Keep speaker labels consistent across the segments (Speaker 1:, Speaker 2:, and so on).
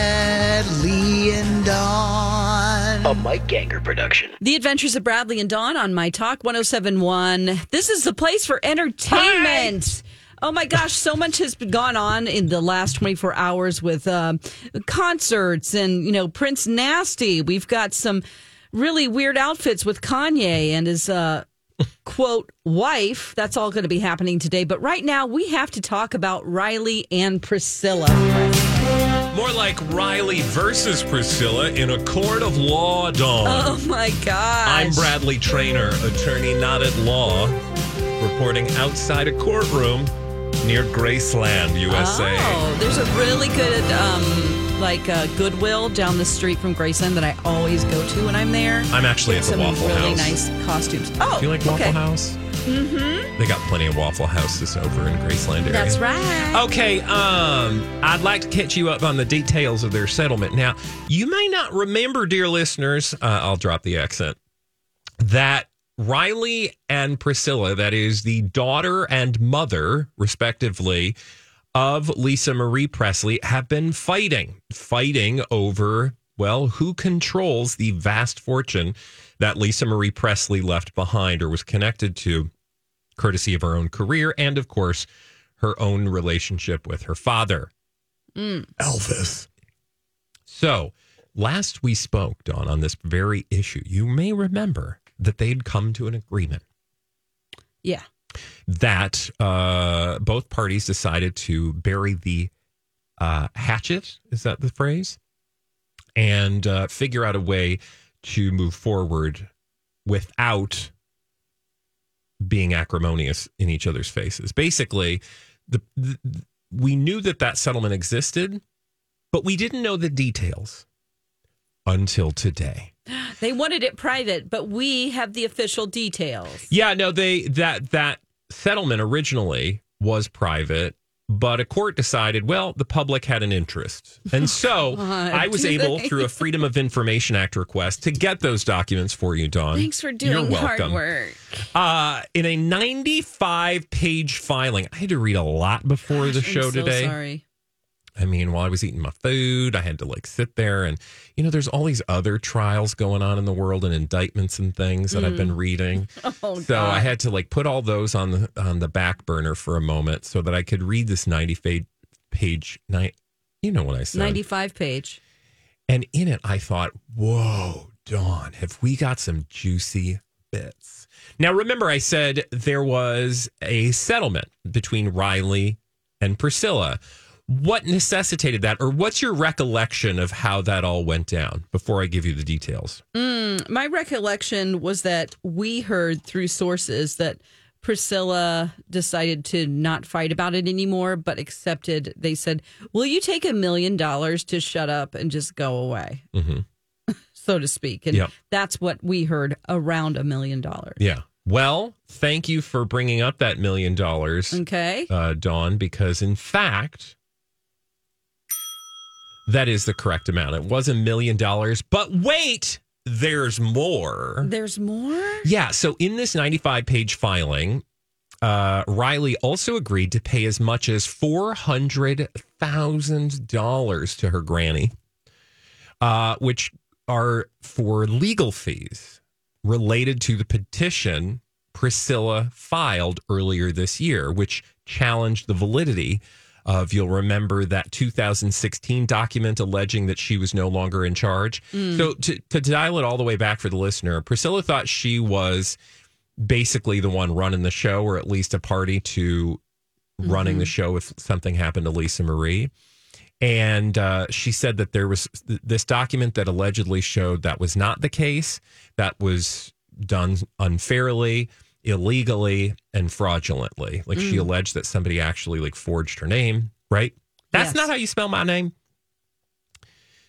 Speaker 1: Bradley and Dawn.
Speaker 2: A Mike Ganger production.
Speaker 3: The Adventures of Bradley and Dawn on My Talk 1071. This is the place for entertainment. Oh my gosh, so much has been gone on in the last 24 hours with um, concerts and, you know, Prince Nasty. We've got some really weird outfits with Kanye and his uh, quote wife. That's all going to be happening today. But right now, we have to talk about Riley and Priscilla.
Speaker 4: More like Riley versus Priscilla in a court of law, Dawn.
Speaker 3: Oh my gosh.
Speaker 4: I'm Bradley Trainer, attorney not at law, reporting outside a courtroom near Graceland, USA.
Speaker 3: Oh, there's a really good um, like uh, Goodwill down the street from Graceland that I always go to when I'm there.
Speaker 4: I'm actually at the
Speaker 3: Some
Speaker 4: Waffle
Speaker 3: really
Speaker 4: House.
Speaker 3: nice costumes. Oh,
Speaker 4: Do you like Waffle
Speaker 3: okay.
Speaker 4: House? Mm-hmm. They got plenty of Waffle Houses over in Graceland area.
Speaker 3: That's right.
Speaker 4: Okay, um, I'd like to catch you up on the details of their settlement. Now, you may not remember, dear listeners, uh, I'll drop the accent, that Riley and Priscilla, that is the daughter and mother, respectively, of Lisa Marie Presley, have been fighting, fighting over, well, who controls the vast fortune that Lisa Marie Presley left behind or was connected to courtesy of her own career and, of course, her own relationship with her father, Elvis. So, last we spoke, Dawn, on this very issue, you may remember that they'd come to an agreement
Speaker 3: Yeah.
Speaker 4: that uh, both parties decided to bury the uh, hatchet. Is that the phrase? And uh, figure out a way to move forward without being acrimonious in each other's faces. Basically, the, the, we knew that that settlement existed, but we didn't know the details until today.
Speaker 3: They wanted it private, but we have the official details.
Speaker 4: Yeah, no, they that that settlement originally was private, but a court decided, well, the public had an interest. And so
Speaker 3: God,
Speaker 4: I was
Speaker 3: do
Speaker 4: able
Speaker 3: they?
Speaker 4: through a Freedom of Information Act request to get those documents for you, Dawn.
Speaker 3: Thanks for
Speaker 4: You're
Speaker 3: doing hard
Speaker 4: welcome.
Speaker 3: work.
Speaker 4: Uh in a 95 page filing. I had to read a lot before the show
Speaker 3: I'm so
Speaker 4: today.
Speaker 3: Sorry.
Speaker 4: I mean, while I was eating my food, I had to like sit there and, you know, there's all these other trials going on in the world and indictments and things that I've
Speaker 3: Mm.
Speaker 4: been reading.
Speaker 3: Oh,
Speaker 4: so I had to like put all those on the on the back burner for a moment so that I could read this 90 fa- page night. You know what I said.
Speaker 3: 95 page.
Speaker 4: And in it, I thought, whoa, Dawn, have we got some juicy bits? Now, remember, I said there was a settlement between Riley and Priscilla. What necessitated that, or what's your recollection of how that all went down before I give you the details?
Speaker 3: Mm, my recollection was that we heard through sources that Priscilla decided to not fight about it anymore, but accepted. They said, Will you take a million dollars to shut up and just go away,
Speaker 4: Mhm.
Speaker 3: so to speak? And
Speaker 4: Yep.
Speaker 3: that's what we heard around a million dollars.
Speaker 4: Yeah. Well, thank you for bringing up that million dollars.
Speaker 3: Okay.
Speaker 4: uh, Dawn, because in fact, that is the correct amount. It was a million dollars, but wait, there's more.
Speaker 3: There's more?
Speaker 4: Yeah. So in this 95 page filing, uh, Riley also agreed to pay as much as $400,000 to her granny, uh, which are for legal fees related to the petition Priscilla filed earlier this year, which challenged the validity of, you'll remember, that 2016 document alleging that she was no longer in charge.
Speaker 3: Mm.
Speaker 4: So, to, to dial it all the way back for the listener, Priscilla thought she was basically the one running the show, or at least a party to running the show if something happened to Lisa Marie. And uh, she said that there was th- this document that allegedly showed that was not the case, that was done unfairly, illegally, and fraudulently. Like she alleged that somebody actually like forged her name, right? That's
Speaker 3: Yes.
Speaker 4: not how you spell my name.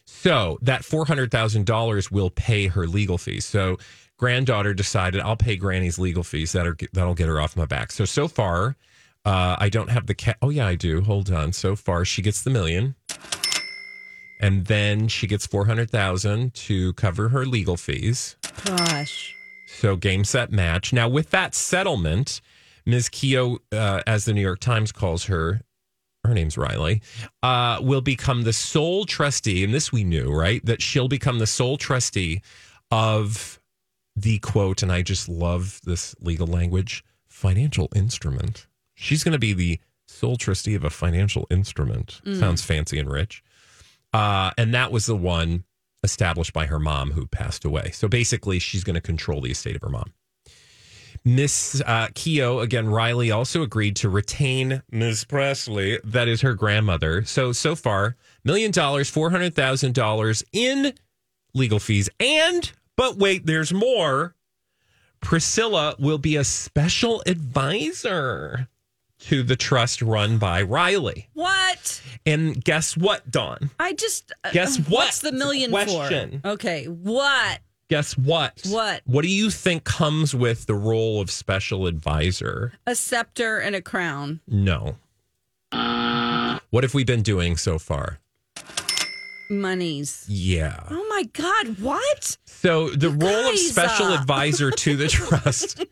Speaker 4: So that four hundred thousand dollars will pay her legal fees. So granddaughter decided I'll pay Granny's legal fees. That are that'll get her off my back. So so far, uh, I don't have the cat. Oh yeah, I do. Hold on. So far, she gets the million, and then she gets four hundred thousand to cover her legal fees.
Speaker 3: Gosh.
Speaker 4: So game set match. Now with that settlement, Ms. Keough, uh, as the New York Times calls her, her name's Riley, uh, will become the sole trustee. And this we knew, right? That she'll become the sole trustee of the quote, and I just love this legal language financial instrument. She's going to be the sole trustee of a financial instrument. Sounds fancy and rich. Uh, and that was the one established by her mom who passed away. So basically, she's going to control the estate of her mom. Miss uh, Keogh, again, Riley also agreed to retain Miss Presley, that is her grandmother. So, so far, million dollars, $400,000 in legal fees. And, but wait, there's more. Priscilla will be a special advisor to the trust run by Riley.
Speaker 3: What?
Speaker 4: And guess what, Dawn?
Speaker 3: I just. uh,
Speaker 4: Guess what?
Speaker 3: What's the million
Speaker 4: It's a question.
Speaker 3: for? Okay. What?
Speaker 4: Guess what?
Speaker 3: What?
Speaker 4: What do you think comes with the role of special advisor?
Speaker 3: A scepter and a crown.
Speaker 4: No. What have we been doing so far?
Speaker 3: Monies.
Speaker 4: Yeah.
Speaker 3: Oh my God. What?
Speaker 4: So the role of
Speaker 3: guys,
Speaker 4: special
Speaker 3: uh,
Speaker 4: advisor to the trust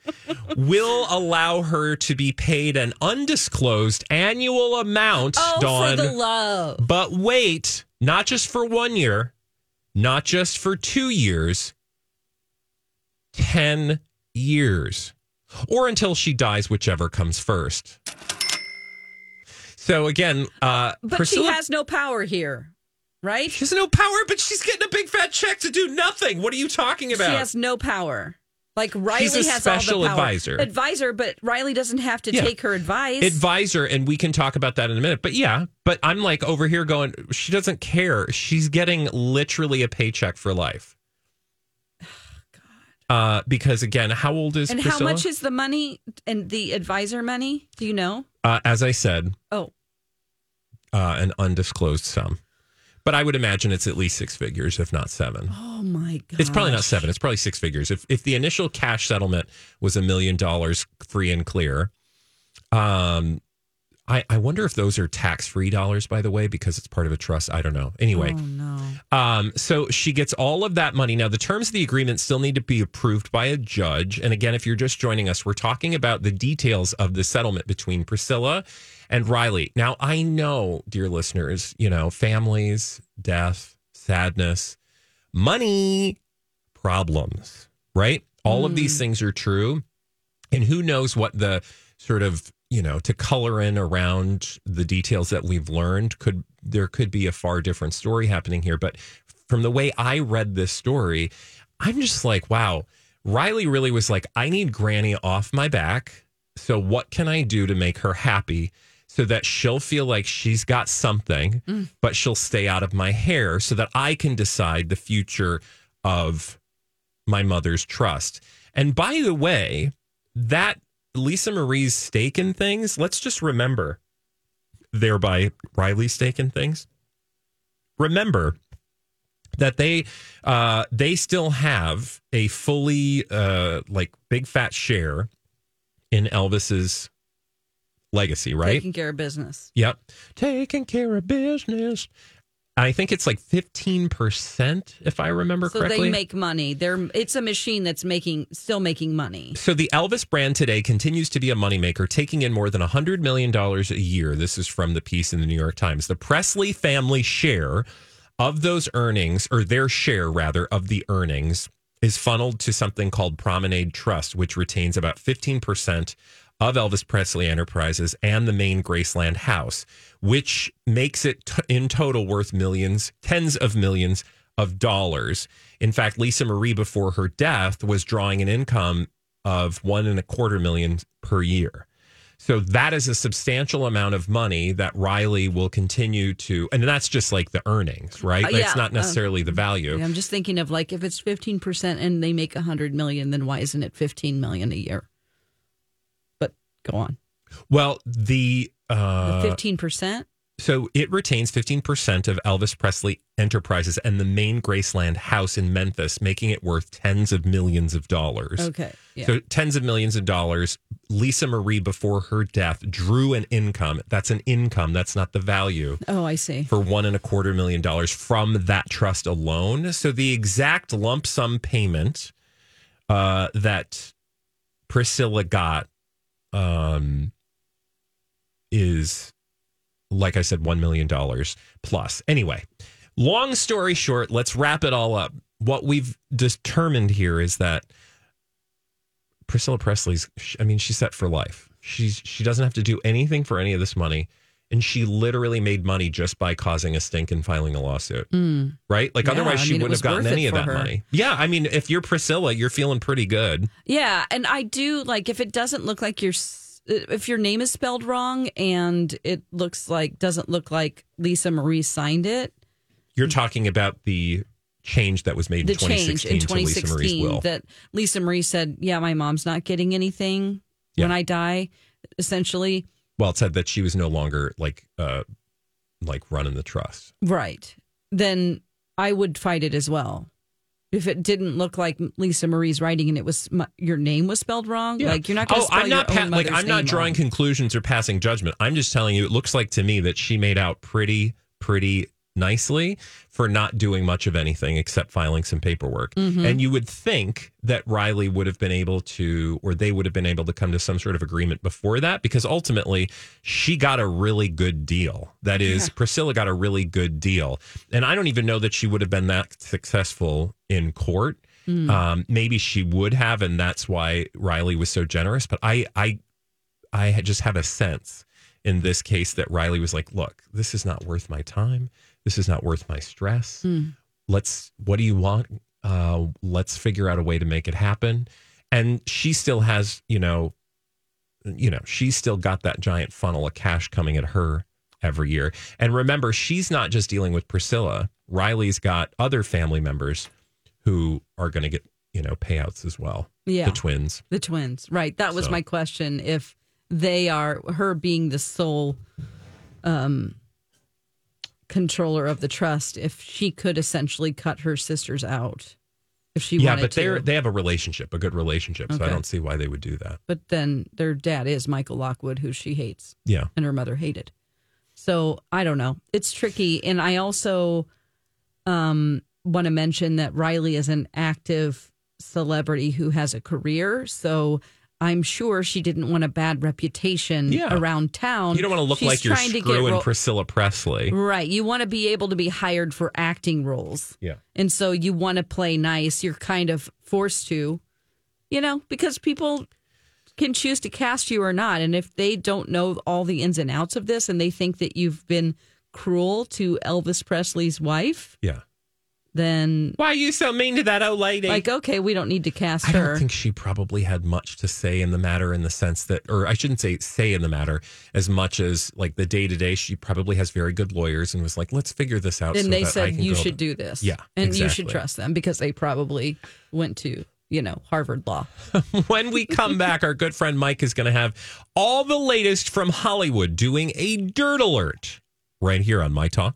Speaker 4: will allow her to be paid an undisclosed annual amount,
Speaker 3: Oh,
Speaker 4: Dawn.
Speaker 3: for the love.
Speaker 4: But wait, not just for one year, not just for two years, 10 years, or until she dies, whichever comes first. So again, uh,
Speaker 3: But
Speaker 4: Priscilla-
Speaker 3: she has no power here, right?
Speaker 4: she has no power, but she's getting a big fat check to do nothing. What are you talking about?
Speaker 3: She has no power. Like Riley
Speaker 4: She's a
Speaker 3: has all
Speaker 4: special
Speaker 3: the power.
Speaker 4: advisor.
Speaker 3: Advisor, but Riley doesn't have to
Speaker 4: Yeah.
Speaker 3: take her advice.
Speaker 4: advisor and we can talk about that in a minute but yeah but i'm like over here going she doesn't care she's getting literally a paycheck for life uh, because again, how old is
Speaker 3: and how
Speaker 4: Priscilla?
Speaker 3: much is the money and the advisor money? Do you know?
Speaker 4: uh, as I said,
Speaker 3: Oh,
Speaker 4: uh, an undisclosed sum, but I would imagine it's at least six figures, if not seven.
Speaker 3: oh my god!
Speaker 4: It's probably not seven. It's probably six figures. If if the initial cash settlement was a million dollars free and clear, um, I I wonder if those are tax free dollars. By the way, because it's part of a trust. I don't know. Anyway,
Speaker 3: Oh no!
Speaker 4: Um, so she gets all of that money. Now, the terms of the agreement still need to be approved by a judge. And again, if you're just joining us, we're talking about the details of the settlement between Priscilla and Riley. Now, I know, dear listeners, you know, families, death, sadness, money, problems, right? All of these things are true. And who knows what the sort of, you know, to color in around the details that we've learned could there could be a far different story happening here, but from the way I read this story, I'm just like, wow, Riley really was like, I need Granny off my back. So what can I do to make her happy so that she'll feel like she's got something, but she'll stay out of my hair so that I can decide the future of my mother's trust. And by the way, that Lisa Marie's stake in things, let's just remember thereby Riley's stake in things. Remember that they uh, they still have a fully uh, like big fat share in Elvis's legacy, right?
Speaker 3: Taking care of business.
Speaker 4: Yep. Taking care of business. I think it's like 15%, if I remember
Speaker 3: So
Speaker 4: correctly.
Speaker 3: they make money. They're it's a machine that's making still making money.
Speaker 4: so the Elvis brand today continues to be a moneymaker, taking in more than $100 million a year. This is from the piece in the New York Times. The Presley family share of those earnings, or their share rather, of the earnings is funneled to something called Promenade Trust, which retains about 15% of Elvis Presley Enterprises and the main Graceland house, which makes it t- in total worth millions, tens of millions of dollars. In fact, Lisa Marie, before her death, was drawing an income of one and a quarter million per year. So that is a substantial amount of money that Riley will continue to, and that's just like the earnings, right?
Speaker 3: Uh,
Speaker 4: Like,
Speaker 3: yeah,
Speaker 4: It's not
Speaker 3: uh,
Speaker 4: necessarily the value.
Speaker 3: I'm just thinking of like if it's 15% and they make 100 million, then why isn't it 15 million a year? But go on.
Speaker 4: Well, the
Speaker 3: The
Speaker 4: uh,
Speaker 3: 15%?
Speaker 4: so it retains 15% of Elvis Presley Enterprises and the main Graceland house in Memphis, making it worth tens of millions of dollars.
Speaker 3: Okay. Yeah.
Speaker 4: So tens of millions of dollars. Lisa Marie, before her death, drew an income. That's an income. That's not the value
Speaker 3: oh, I see.
Speaker 4: for one and a quarter million dollars from that trust alone. So the exact lump sum payment uh, that Priscilla got um, is, like I said, one million dollars plus. Anyway, long story short, let's wrap it all up. What we've determined here is that Priscilla Presley's. I mean, she's set for life. She's she doesn't have to do anything for any of this money, and she literally made money just by causing a stink and filing a lawsuit.
Speaker 3: Hmm.
Speaker 4: Right? Like
Speaker 3: Yeah,
Speaker 4: otherwise,
Speaker 3: I
Speaker 4: she
Speaker 3: mean, it
Speaker 4: wouldn't
Speaker 3: was
Speaker 4: have gotten
Speaker 3: worth it
Speaker 4: any of
Speaker 3: for
Speaker 4: that
Speaker 3: her.
Speaker 4: money. Yeah, I mean, if you're Priscilla, you're feeling pretty good.
Speaker 3: Yeah, and I do like if it doesn't look like your s- if your name is spelled wrong and it looks like doesn't look like Lisa Marie signed it.
Speaker 4: You're talking about the change that was
Speaker 3: Mm.
Speaker 4: made
Speaker 3: The
Speaker 4: in
Speaker 3: change
Speaker 4: 2016
Speaker 3: in
Speaker 4: to Lisa Marie's
Speaker 3: 2016
Speaker 4: will.
Speaker 3: that Lisa Marie said, "Yeah, my mom's not getting anything when
Speaker 4: Yeah.
Speaker 3: I die." Essentially,
Speaker 4: well, it said that she was no longer like uh like running the trust.
Speaker 3: right? Then I would fight it as well. If it didn't look like Lisa Marie's writing and it was my, your name was spelled wrong, like you're not. Gonna
Speaker 4: Oh,
Speaker 3: spell
Speaker 4: I'm not
Speaker 3: your
Speaker 4: pa-
Speaker 3: own
Speaker 4: like
Speaker 3: mother's
Speaker 4: I'm
Speaker 3: name
Speaker 4: not drawing
Speaker 3: wrong.
Speaker 4: conclusions or passing judgment. I'm just telling you, it looks like to me that she made out pretty, pretty nicely for not doing much of anything except filing some paperwork.
Speaker 3: Mm-hmm.
Speaker 4: And you would think that Riley would have been able to, or they would have been able to come to some sort of agreement before that, because ultimately she got a really good deal. That is, Priscilla got a really good deal. And I don't even know that she would have been that successful in court.
Speaker 3: Mm.
Speaker 4: Um, maybe she would have, and that's why Riley was so generous. But I, I, I had just have a sense in this case that Riley was like, "Look, this is not worth my time. This is not worth my stress. Let's. What do you want? Uh, let's figure out a way to make it happen." And she still has, you know, you know, she's still got that giant funnel of cash coming at her every year. And remember, she's not just dealing with Priscilla. Riley's got other family members who are going to get, you know, payouts as well.
Speaker 3: Yeah.
Speaker 4: The twins.
Speaker 3: The twins, right? That was
Speaker 4: So-
Speaker 3: my question. If they are her being the sole um, controller of the trust, if she could essentially cut her sisters out, if she
Speaker 4: yeah,
Speaker 3: wanted
Speaker 4: but they're
Speaker 3: to.
Speaker 4: they have a relationship, a good relationship. So I
Speaker 3: Okay.
Speaker 4: don't see why they would do that.
Speaker 3: but then their dad is Michael Lockwood, who she hates
Speaker 4: Yeah.
Speaker 3: and her mother hated. So I don't know. It's tricky, and I also um, want to mention that Riley is an active celebrity who has a career. So I'm sure she didn't want a bad reputation
Speaker 4: Yeah.
Speaker 3: around town.
Speaker 4: You don't want to look
Speaker 3: She's
Speaker 4: like you're
Speaker 3: trying to get
Speaker 4: screwing
Speaker 3: ro-
Speaker 4: Priscilla Presley.
Speaker 3: Right. You want to be able to be hired for acting roles.
Speaker 4: Yeah.
Speaker 3: And so you want to play nice. You're kind of forced to, you know, because people can choose to cast you or not. And if they don't know all the ins and outs of this and they think that you've been cruel to Elvis Presley's wife,
Speaker 4: Yeah.
Speaker 3: then
Speaker 4: Why are you so mean to that old lady?
Speaker 3: like, okay, we don't need to cast
Speaker 4: I
Speaker 3: her.
Speaker 4: don't think she probably had much to say in the matter in the sense that, or I shouldn't say say in the matter as much as like the day to day. She probably has very good lawyers and was like, let's figure this out.
Speaker 3: and
Speaker 4: so
Speaker 3: they
Speaker 4: that I
Speaker 3: said
Speaker 4: can
Speaker 3: you
Speaker 4: go
Speaker 3: should
Speaker 4: to-"
Speaker 3: do this.
Speaker 4: Yeah,
Speaker 3: And you should
Speaker 4: exactly.
Speaker 3: trust them because they probably went to, you know, Harvard Law.
Speaker 4: When we come back, our good friend Mike is going to have all the latest from Hollywood doing a dirt alert right here on My Talk.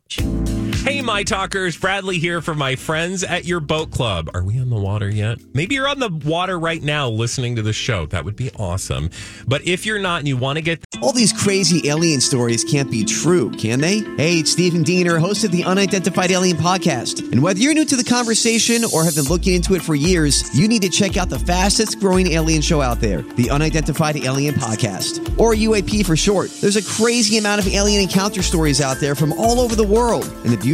Speaker 4: Hey, My Talkers, Bradley here for my friends at your boat club. Are we on the water yet? Maybe you're on the water right now listening to the show. That would be awesome. But if you're not and you want to get
Speaker 2: All these crazy alien stories can't be true, can they? Hey, it's Stephen Diener, host of the Unidentified Alien Podcast. And whether you're new to the conversation or have been looking into it for years, you need to check out the fastest growing alien show out there, the Unidentified Alien Podcast, or UAP for short. There's a crazy amount of alien encounter stories out there from all over the world. And if you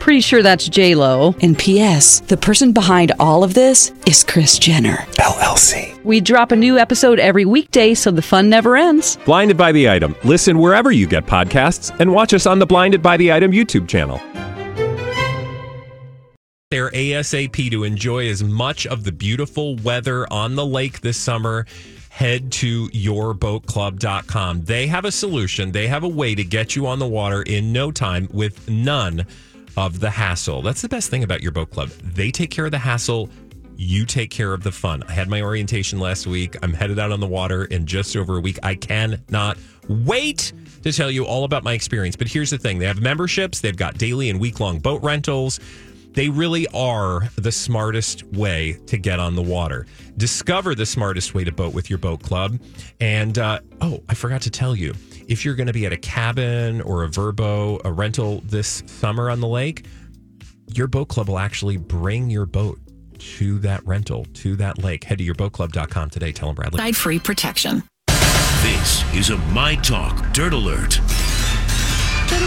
Speaker 3: Pretty sure that's J Lo. And P.S. The person behind all of this is Chris Jenner.
Speaker 4: LLC.
Speaker 3: We drop a new episode every weekday, so the fun never ends.
Speaker 4: Blinded by the Item. Listen wherever you get podcasts and watch us on the Blinded by the Item YouTube channel. Their ASAP to enjoy as much of the beautiful weather on the lake this summer. Head to yourboatclub.com. They have a solution, they have a way to get you on the water in no time with none of the hassle. That's the best thing about your boat club. They take care of the hassle. You take care of the fun. I had my orientation last week. I'm headed out on the water in just over a week. I cannot wait to tell you all about my experience. But here's the thing they have memberships, they've got daily and week long boat rentals. They really are the smartest way to get on the water. Discover the smartest way to boat with your boat club. And uh, oh, I forgot to tell you if you're going to be at a cabin or a Verbo, a rental this summer on the lake, your boat club will actually bring your boat to that rental, to that lake. Head to yourboatclub.com today. Tell them Bradley.
Speaker 5: Side free protection.
Speaker 6: This is a My Talk Dirt Alert.
Speaker 3: With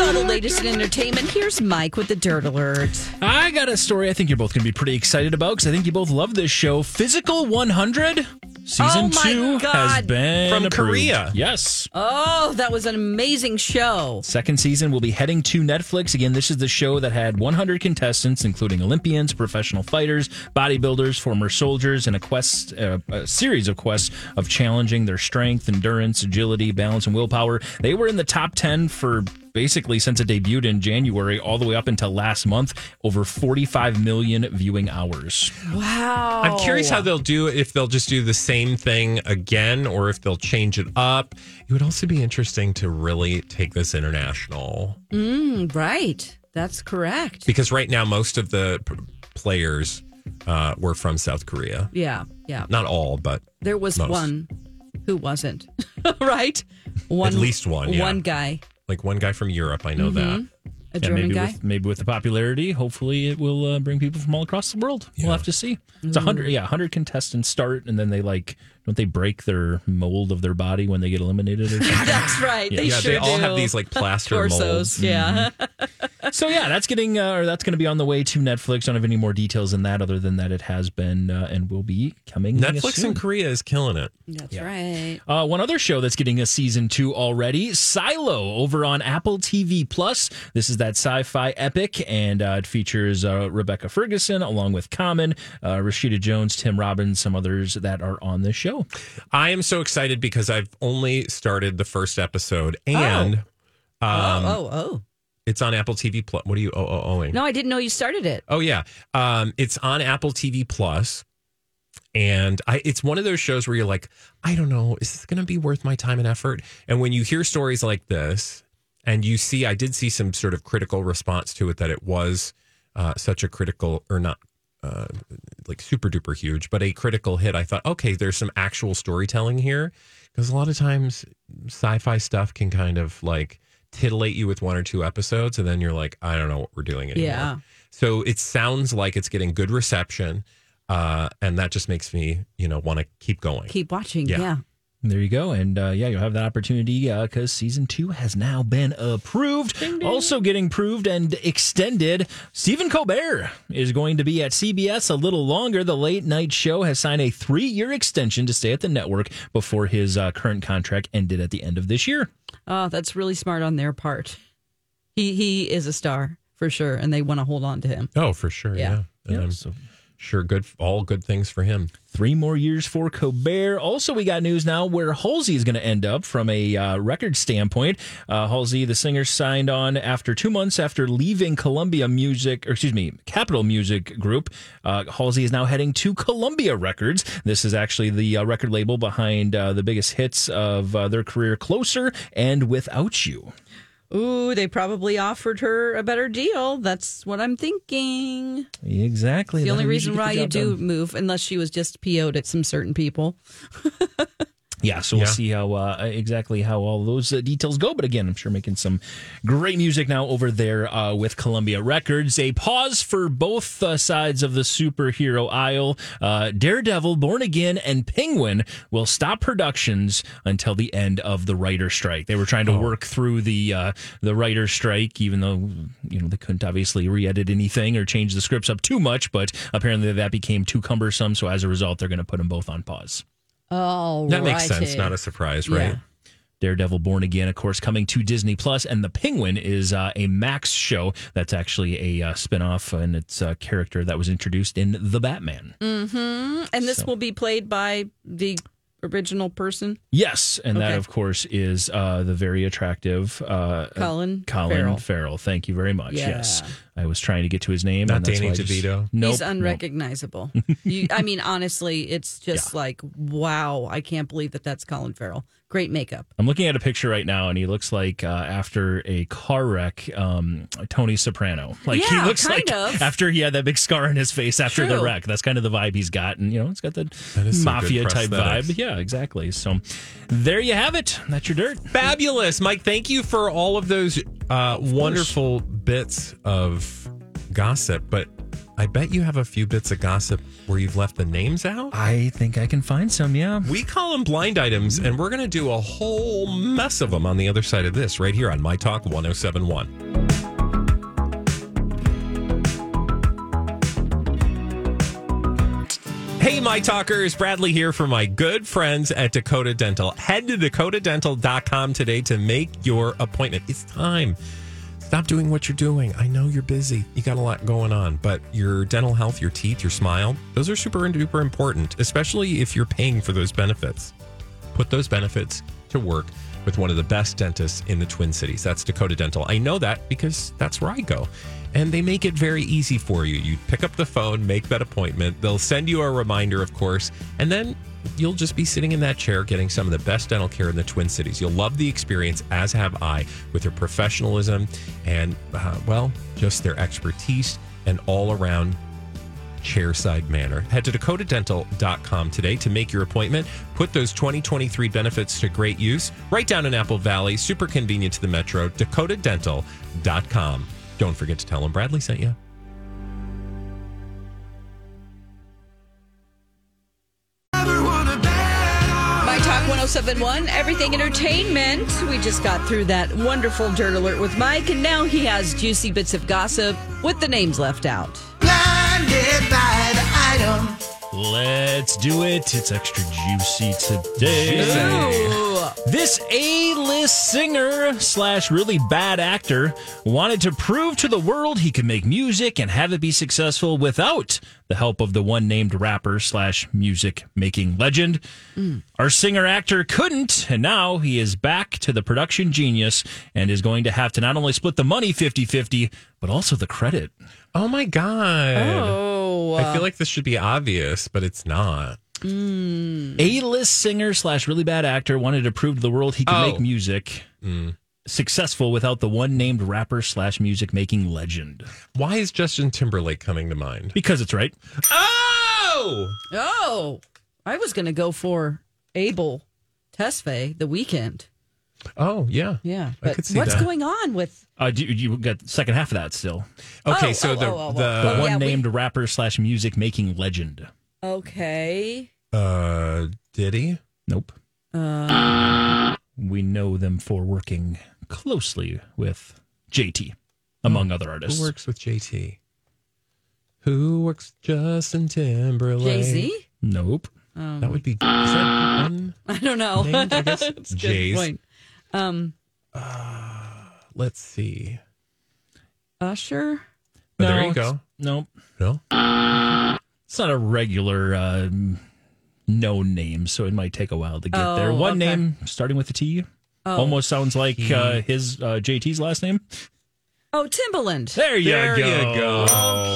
Speaker 3: all the latest in entertainment, here's Mike with the Dirt Alert.
Speaker 7: I got a story I think you're both going to be pretty excited about because I think you both love this show. Physical 100
Speaker 3: Oh
Speaker 7: season
Speaker 3: my
Speaker 7: 2 has
Speaker 3: God.
Speaker 7: been
Speaker 4: From
Speaker 7: approved.
Speaker 4: Korea.
Speaker 7: Yes.
Speaker 3: Oh, that was an amazing show.
Speaker 7: Second season will be heading to Netflix. Again, this is the show that had 100 contestants, including Olympians, professional fighters, bodybuilders, former soldiers, and a quest, uh, a series of quests of challenging their strength, endurance, agility, balance, and willpower. They were in the top 10 for basically since it debuted in January all the way up until last month, over 45 million viewing hours.
Speaker 3: Wow.
Speaker 4: I'm curious how they'll do it, if they'll just do the same thing again or if they'll change it up. It would also be interesting to really take this international
Speaker 3: Mm, right. That's correct.
Speaker 4: because right now most of the p- players uh, were from South Korea.
Speaker 3: Yeah, yeah.
Speaker 4: Not all, but
Speaker 3: There was
Speaker 4: Most.
Speaker 3: one who wasn't, right? One,
Speaker 4: least one, yeah.
Speaker 3: One guy,
Speaker 4: like one guy from Europe, I know
Speaker 3: Mm-hmm.
Speaker 4: that.
Speaker 3: a
Speaker 7: Yeah,
Speaker 3: German
Speaker 7: maybe
Speaker 3: guy.
Speaker 7: with maybe with the popularity, hopefully it will uh, bring people from all across the world. We'll have to see. It's a hundred, yeah, hundred contestants start, and then they like don't they break their mold of their body when they get eliminated or something?
Speaker 3: That's right. They
Speaker 4: yeah,
Speaker 3: sure
Speaker 4: they all
Speaker 3: do.
Speaker 4: have these like Mm-hmm. plaster
Speaker 3: torsos.
Speaker 4: molds.
Speaker 3: Yeah.
Speaker 7: so yeah, that's getting uh, or that's going to be on the way to Netflix. Don't have any more details than that, other than that it has been uh, and will be coming
Speaker 4: Netflix
Speaker 7: soon.
Speaker 4: in Korea is killing it.
Speaker 3: That's right.
Speaker 7: Uh, one other show that's getting a season two already, Silo, over on Apple TV Plus. This is that sci-fi epic, and uh, it features uh, Rebecca Ferguson along with Common, uh, Rashida Jones, Tim Robbins, some others that are on this show.
Speaker 4: I am so excited because I've only started the first episode and um,
Speaker 3: oh, oh, oh.
Speaker 4: it's on Apple TV Plus. What are you oh oh ohing?
Speaker 3: No, I didn't know you started it.
Speaker 4: Oh yeah, um, it's on Apple TV Plus, and I, it's one of those shows where you're like, I don't know, is this going to be worth my time and effort? And when you hear stories like this, and you see, I did see some sort of critical response to it that it was uh, such a critical or not. Uh, like super duper huge, but a critical hit. I thought, okay, there's some actual storytelling here because a lot of times sci-fi stuff can kind of like titillate you with one or two episodes, and then you're like, I don't know what we're doing anymore.
Speaker 3: Yeah.
Speaker 4: So it sounds like it's getting good reception, uh, and that just makes me, you know, want to keep going.
Speaker 3: Keep watching.
Speaker 4: Yeah.
Speaker 3: Yeah.
Speaker 7: And there you go. And uh, yeah, you'll have that opportunity because season two has now been approved. Also getting proved and extended. Stephen Colbert is going to be at CBS a little longer. The late night show has signed a three year extension to stay at the network before his uh, current contract ended at the end of this year.
Speaker 3: Oh, that's really smart on their part. He he is a star for sure, and they want to hold on to him.
Speaker 4: oh, for sure. Yeah.
Speaker 3: Yeah.
Speaker 4: And I'm
Speaker 7: So
Speaker 4: sure good, all good things for him.
Speaker 7: Three more years for Colbert. Also, we got news now where Halsey is going to end up from a uh, record standpoint. Uh, Halsey, the singer, signed on after two months after leaving Columbia Music, or excuse me, Capitol Music Group. Uh, Halsey is now heading to Columbia Records. This is actually the uh, record label behind uh, the biggest hits of uh, their career, "Closer" and "Without You."
Speaker 3: Ooh, they probably offered her a better deal. That's what I'm thinking.
Speaker 7: Exactly.
Speaker 3: The only
Speaker 7: That'll
Speaker 3: reason
Speaker 7: usually get
Speaker 3: why
Speaker 7: the
Speaker 3: you
Speaker 7: job
Speaker 3: do
Speaker 7: done.
Speaker 3: move, unless she was just PO'd at some certain people.
Speaker 7: Yeah, so we'll
Speaker 4: Yeah.
Speaker 7: see how uh, exactly how all those uh, details go. But again, I'm sure making some great music now over there uh, with Columbia Records. A pause for both uh, sides of the superhero aisle. Uh, Daredevil, Born Again, and Penguin will stop productions until the end of the writer strike. They were trying to work through the uh, the writer strike, even though you know they couldn't obviously re-edit anything or change the scripts up too much. But apparently that became too cumbersome. So as a result, they're going to put them both on pause.
Speaker 3: Oh,
Speaker 4: That makes sense. Not a surprise, right?
Speaker 7: Daredevil Born Again, of course, coming to Disney Plus, and The Penguin is uh, a Max show that's actually a uh, spinoff, and it's a character that was introduced in The Batman.
Speaker 3: Mm-hmm. And this
Speaker 7: So-
Speaker 3: will be played by the original person,
Speaker 7: Yes, and that
Speaker 3: Okay.
Speaker 7: of course is uh, the very attractive uh,
Speaker 3: Colin.
Speaker 7: Colin
Speaker 3: Farrell.
Speaker 7: Farrell. Thank you very much.
Speaker 3: Yeah.
Speaker 7: Yes, I was trying to get to his name.
Speaker 4: Not
Speaker 7: and that's
Speaker 4: Danny
Speaker 7: why I just-
Speaker 4: DeVito.
Speaker 7: Nope,
Speaker 3: He's
Speaker 7: nope.
Speaker 3: unrecognizable. you, I mean, honestly, it's just like, wow, I can't believe that that's Colin Farrell. Great makeup.
Speaker 7: I'm looking at a picture right now, and he looks like uh, after a car wreck, um, Tony Soprano. Like
Speaker 3: Yeah,
Speaker 7: he looks
Speaker 3: kind
Speaker 7: like
Speaker 3: of.
Speaker 7: after he had that big scar on his face after the
Speaker 3: True.
Speaker 7: wreck. That's kind of the vibe he's got, and you know, it's got that
Speaker 4: is some good
Speaker 7: mafia type
Speaker 4: prosthetics.
Speaker 7: vibe. Yeah, exactly. So there you have it. That's your dirt.
Speaker 4: Fabulous, Mike. Thank you for all of those uh, wonderful bits of gossip. But I bet you have a few bits of gossip where you've left the names out.
Speaker 7: I think I can find some. Yeah.
Speaker 4: We call them blind items, and we're going to do a whole mess of them on the other side of this right here on My Talk 1071. Hey, my talkers, Bradley here for my good friends at Dakota Dental. Head to dakotadental.com today to make your appointment. It's time. Stop doing what you're doing. I know you're busy. You got a lot going on, but your dental health, your teeth, your smile, those are super and duper important, especially if you're paying for those benefits. Put those benefits to work with one of the best dentists in the Twin Cities. That's Dakota Dental. I know that because that's where I go. And they make it very easy for you. You pick up the phone, make that appointment. They'll send you a reminder, of course, and then you'll just be sitting in that chair getting some of the best dental care in the Twin Cities. You'll love the experience, as have I, with their professionalism and, uh, well, just their expertise and all around chairside manner. Head to dakotadental.com today to make your appointment. Put those 2023 benefits to great use. Right down in Apple Valley, super convenient to the metro. dakotadental.com. Don't forget to tell them Bradley sent you.
Speaker 3: My Talk 1071, Everything Entertainment. We just got through that wonderful dirt alert with Mike, and now he has juicy bits of gossip with the names left out.
Speaker 1: Blinded by the item.
Speaker 7: Let's do it. It's extra juicy today.
Speaker 3: Oh,
Speaker 7: This A-list singer slash really bad actor wanted to prove to the world he could make music and have it be successful without the help of the one named rapper slash music making legend. Our singer actor couldn't, and now he is back to the production genius and is going to have to not only split the money 50-50, but also the credit.
Speaker 4: Oh my God.
Speaker 3: Oh,
Speaker 4: I feel like this should be obvious, but it's not.
Speaker 7: A-list singer slash really bad actor wanted to prove to the world he could
Speaker 4: Oh. Mm.
Speaker 7: make music successful without the one named rapper slash music making legend.
Speaker 4: Why is Justin Timberlake coming to mind?
Speaker 7: Because it's right.
Speaker 4: Oh!
Speaker 3: oh, I was going to go for Abel Tesfaye the weekend.
Speaker 4: Oh, yeah.
Speaker 3: Yeah,
Speaker 4: I
Speaker 3: but
Speaker 4: could see
Speaker 3: what's
Speaker 4: that.
Speaker 3: going on with
Speaker 7: Uh, do, you got the second half of that still.
Speaker 4: Okay,
Speaker 3: Oh,
Speaker 4: so
Speaker 3: oh,
Speaker 4: the,
Speaker 3: oh, oh,
Speaker 4: the
Speaker 3: oh.
Speaker 7: The
Speaker 3: yeah,
Speaker 7: one
Speaker 3: we-
Speaker 7: named rapper slash music making legend.
Speaker 3: okay?
Speaker 4: Uh, Diddy?
Speaker 7: Nope.
Speaker 3: Uh.
Speaker 7: we know them for working closely with JT,
Speaker 3: Hmm.
Speaker 7: among other artists.
Speaker 4: Who works with JT? Who works Justin
Speaker 3: Jay
Speaker 4: Timberlake?
Speaker 3: Z?
Speaker 7: Nope.
Speaker 4: That would be. Is that one?
Speaker 3: I don't know.
Speaker 4: Names, I guess.
Speaker 3: It's a good
Speaker 4: Jays.
Speaker 3: point. Um,
Speaker 4: Let's see.
Speaker 3: Usher.
Speaker 4: Oh, there
Speaker 7: No,
Speaker 4: you
Speaker 7: it's-
Speaker 4: go.
Speaker 7: Nope.
Speaker 4: No.
Speaker 7: It's not a regular um, known name, so it might take a while to get there.
Speaker 3: Oh,
Speaker 7: One
Speaker 3: okay.
Speaker 7: name starting with a T. Almost sounds like uh, his uh, JT's last name.
Speaker 3: Oh, Timbaland.
Speaker 7: There you
Speaker 4: There
Speaker 7: go.
Speaker 4: you go.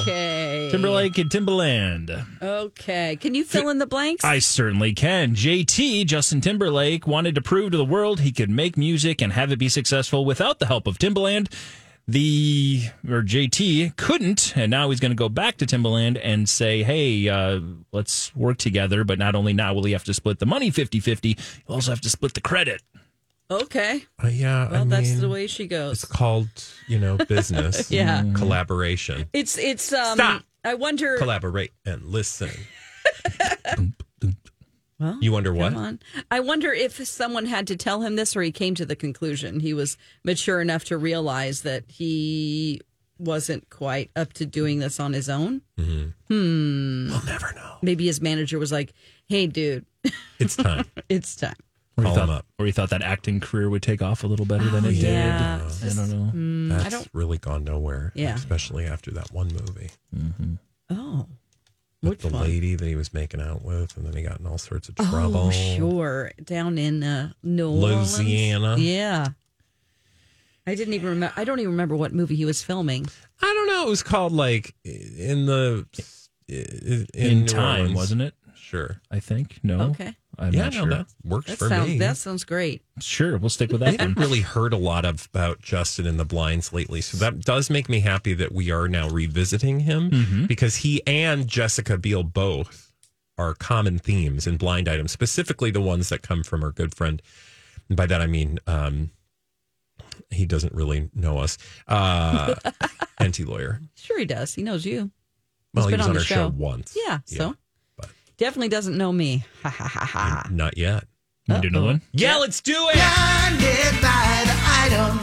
Speaker 3: Okay.
Speaker 4: Oh,
Speaker 3: Timberlake.
Speaker 7: Timberlake and Timberland.
Speaker 3: Okay. Can you fill in the blanks?
Speaker 7: I certainly can. JT, Justin Timberlake, wanted to prove to the world he could make music and have it be successful without the help of Timbaland. The or JT couldn't, and now he's going to go back to Timbaland and say, Hey, uh, let's work together. But not only now will he have to split the money 50 50, he'll also have to split the credit.
Speaker 3: okay.
Speaker 4: Uh, yeah,
Speaker 3: Well,
Speaker 4: I
Speaker 3: that's
Speaker 4: mean,
Speaker 3: the way she goes.
Speaker 4: it's called, you know, business.
Speaker 3: Yeah.
Speaker 4: and collaboration.
Speaker 3: It's it's um
Speaker 4: Stop.
Speaker 3: I wonder
Speaker 4: Collaborate and listen. you wonder what?
Speaker 3: come on. I wonder if someone had to tell him this or he came to the conclusion. He was mature enough to realize that he wasn't quite up to doing this on his own.
Speaker 4: We'll never know.
Speaker 3: Maybe his manager was like, "Hey dude,
Speaker 4: It's time.
Speaker 3: it's time."
Speaker 7: Or he,
Speaker 4: Call him
Speaker 7: thought,
Speaker 4: up.
Speaker 7: or he thought that acting career would take off a little better than it
Speaker 3: yeah.
Speaker 7: did. I don't know.
Speaker 4: That's
Speaker 3: Mm, don't-
Speaker 4: really gone nowhere.
Speaker 3: Yeah.
Speaker 4: Especially after that one movie.
Speaker 3: Oh.
Speaker 4: With
Speaker 3: Which
Speaker 4: the
Speaker 3: one?
Speaker 4: lady that he was making out with, and then he got in all sorts of trouble.
Speaker 3: Oh, sure. Down in uh, New Orleans.
Speaker 4: Louisiana.
Speaker 3: Yeah. I didn't even remember. I don't even remember what movie he was filming.
Speaker 4: I don't know. It was called like in the in,
Speaker 7: In,
Speaker 4: New
Speaker 7: time,
Speaker 4: Orleans.
Speaker 7: wasn't it?
Speaker 4: Sure.
Speaker 7: I think. No.
Speaker 3: Okay.
Speaker 7: I'm
Speaker 4: yeah,
Speaker 7: not
Speaker 4: no,
Speaker 7: sure.
Speaker 4: that works
Speaker 3: That
Speaker 4: for
Speaker 3: sounds
Speaker 4: me.
Speaker 3: that sounds great.
Speaker 7: Sure, we'll stick with
Speaker 4: I
Speaker 7: that one.
Speaker 4: haven't really heard a lot of, about Justin in the blinds lately, so that does make me happy that we are now revisiting him
Speaker 7: Mm-hmm.
Speaker 3: Mm-hmm.
Speaker 4: because he and Jessica Biel both are common themes in blind items, specifically the ones that come from our good friend. And by that I mean um, he doesn't really know us, uh, anti lawyer.
Speaker 3: Sure, he does. He knows you. He's
Speaker 4: Well, he
Speaker 3: been
Speaker 4: was
Speaker 3: on
Speaker 4: on,
Speaker 3: the
Speaker 4: our show.
Speaker 3: show.
Speaker 4: once.
Speaker 3: Yeah. So
Speaker 4: but-
Speaker 3: definitely doesn't know me. Ha ha ha ha.
Speaker 4: not yet.
Speaker 7: Can we do another one?
Speaker 4: Yeah, let's do it.
Speaker 1: Blinded by the item.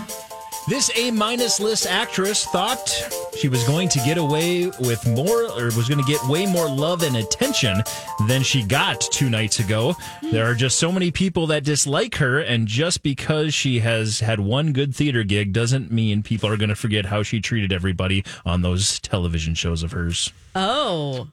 Speaker 7: This A minus list actress thought she was going to get away with more, or was going to get way more love and attention than she got two nights ago. There are just so many people that dislike her, and just because she has had one good theater gig doesn't mean people are going to forget how she treated everybody on those television shows of hers.
Speaker 3: Oh,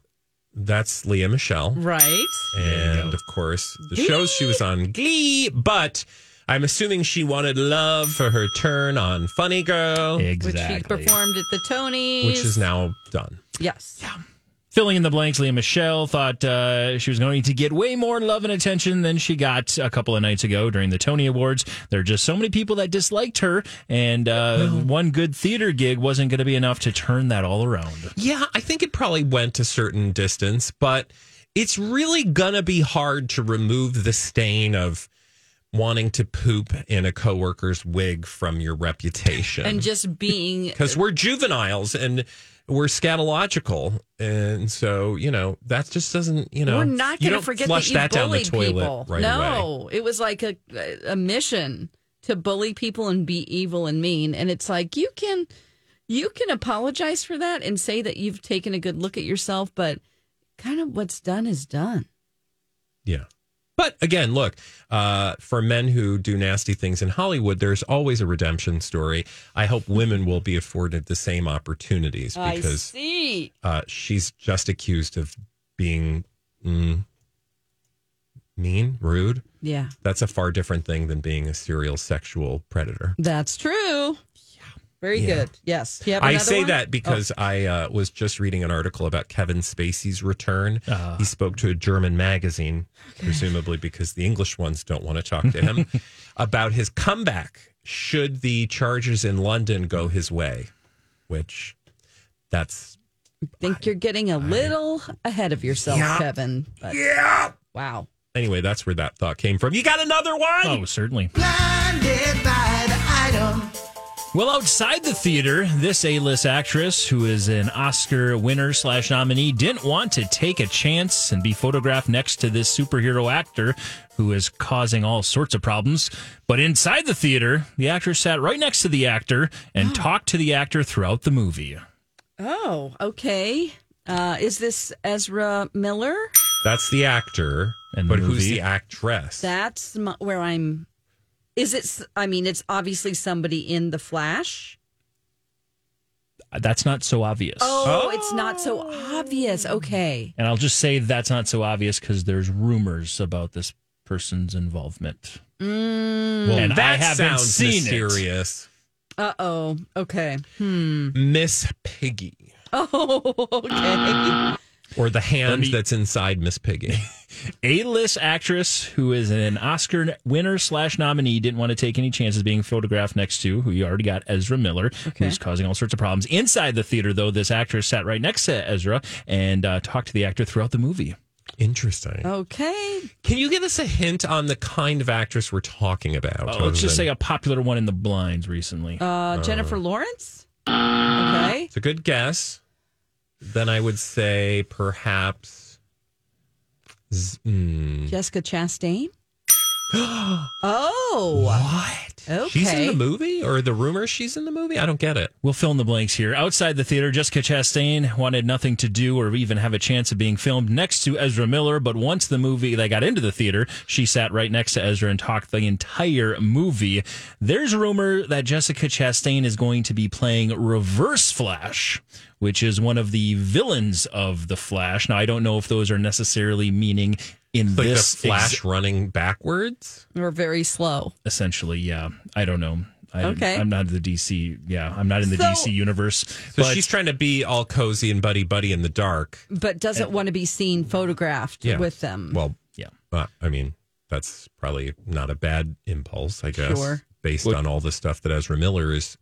Speaker 4: That's Leah Michelle.
Speaker 3: right.
Speaker 4: and of course the shows she was on Glee. But I'm assuming she wanted love for her turn on Funny Girl,
Speaker 3: Which he performed at the Tonys.
Speaker 4: which is now done.
Speaker 3: yes.
Speaker 7: Filling in the blanks, Leah Michelle thought uh, she was going to get way more love and attention than she got a couple of nights ago during the Tony Awards. There are just so many people that disliked her, and uh, one good theater gig wasn't going to be enough to turn that all around.
Speaker 4: Yeah, I think it probably went a certain distance, but it's really gonna be hard to remove the stain of wanting to poop in a coworker's wig from your reputation.
Speaker 3: And just being
Speaker 4: because we're juveniles and we're scatological, and so you know that just doesn't you know
Speaker 3: We're not
Speaker 4: you
Speaker 3: going to
Speaker 4: don't
Speaker 3: forget
Speaker 4: flush
Speaker 3: that you
Speaker 4: that down the
Speaker 3: bullied
Speaker 4: toilet
Speaker 3: people.
Speaker 4: right away.
Speaker 3: no, it was like a a mission to bully people and be evil and mean. And it's like you can you can apologize for that and say that you've taken a good look at yourself, but kind of what's done is done.
Speaker 4: Yeah. But again, look, uh, for men who do nasty things in Hollywood, there's always a redemption story. I hope women will be afforded the same opportunities because
Speaker 3: see.
Speaker 4: uh, she's just accused of being mm, mean, rude.
Speaker 3: Yeah,
Speaker 4: That's a far different thing than being a serial sexual predator.
Speaker 3: that's true. Very good. Yes. You have
Speaker 4: I
Speaker 3: another
Speaker 4: say
Speaker 3: one? Oh.
Speaker 4: that because I uh, was just reading an article about Kevin Spacey's return.
Speaker 7: Uh-huh.
Speaker 4: he spoke to a German magazine, presumably because the English ones don't want to talk to him, about his comeback should the charges in London go his way, which that's
Speaker 3: I think you're getting a little ahead of yourself, Kevin. But yeah. Wow.
Speaker 4: anyway, that's where that thought came from. You got another one?
Speaker 7: Oh, certainly.
Speaker 1: Blinded by the item.
Speaker 7: Well, outside the theater, this A-list actress, who is an Oscar winner slash nominee, didn't want to take a chance and be photographed next to this superhero actor who is causing all sorts of problems. But inside the theater, the actress sat right next to the actor and talked to the actor throughout the movie.
Speaker 3: Oh, okay. Uh, is this Ezra Miller?
Speaker 4: That's the actor,
Speaker 7: And the
Speaker 4: but who's
Speaker 7: movie?
Speaker 4: the actress?
Speaker 3: That's my, where I'm. Is it? s- I mean, it's obviously somebody in the Flash.
Speaker 7: That's not so obvious.
Speaker 3: Oh, it's not so obvious. Okay.
Speaker 7: And I'll just say that's not so obvious because there's rumors about this person's involvement.
Speaker 4: well,
Speaker 7: And I
Speaker 4: Mm, that
Speaker 7: haven't
Speaker 4: sounds
Speaker 7: seen it.
Speaker 4: mysterious.
Speaker 3: Uh oh. Okay.
Speaker 4: Miss Piggy.
Speaker 3: Oh, okay.
Speaker 4: or the hand
Speaker 7: Let me-
Speaker 4: that's inside Miss Piggy.
Speaker 7: A-list actress who is an Oscar winner slash nominee didn't want to take any chances being photographed next to who you already got Ezra Miller, who's causing all sorts of problems inside the theater. Though this actress sat right next to Ezra and uh, talked to the actor throughout the movie.
Speaker 4: Interesting.
Speaker 3: Okay.
Speaker 4: Can you give us a hint on the kind of actress we're talking about?
Speaker 7: Uh,
Speaker 4: other
Speaker 7: let's just
Speaker 4: than-
Speaker 7: say a popular one in the blinds recently.
Speaker 3: Uh, Jennifer Lawrence? Okay.
Speaker 4: it's a good guess. Then I would say perhaps. Z- mm.
Speaker 3: Jessica Chastain? oh.
Speaker 4: What? She's in
Speaker 3: Okay.
Speaker 4: the movie, or the rumor she's in the movie? I don't get it.
Speaker 7: We'll fill in the blanks here. Outside the theater, Jessica Chastain wanted nothing to do or even have a chance of being filmed next to Ezra Miller. But once the movie they got into the theater, she sat right next to Ezra and talked the entire movie. There's a rumor that Jessica Chastain is going to be playing Reverse Flash, which is one of the villains of the Flash. Now I don't know if those are necessarily meaning in
Speaker 4: Like
Speaker 7: this
Speaker 4: the Flash
Speaker 7: ex-
Speaker 4: running backwards.
Speaker 3: We're very slow.
Speaker 7: essentially. Yeah, I don't know. I,
Speaker 3: Okay.
Speaker 7: I'm not the DC. Yeah, I'm not in the
Speaker 3: So-
Speaker 7: DC universe.
Speaker 4: So she's trying to be all cozy and buddy buddy in the dark.
Speaker 3: But doesn't want to be seen photographed
Speaker 4: Yeah.
Speaker 3: with them.
Speaker 4: Well,
Speaker 7: yeah.
Speaker 4: uh, I mean, that's probably not a bad impulse, I guess,
Speaker 3: Sure.
Speaker 4: based on all the stuff that Ezra Miller is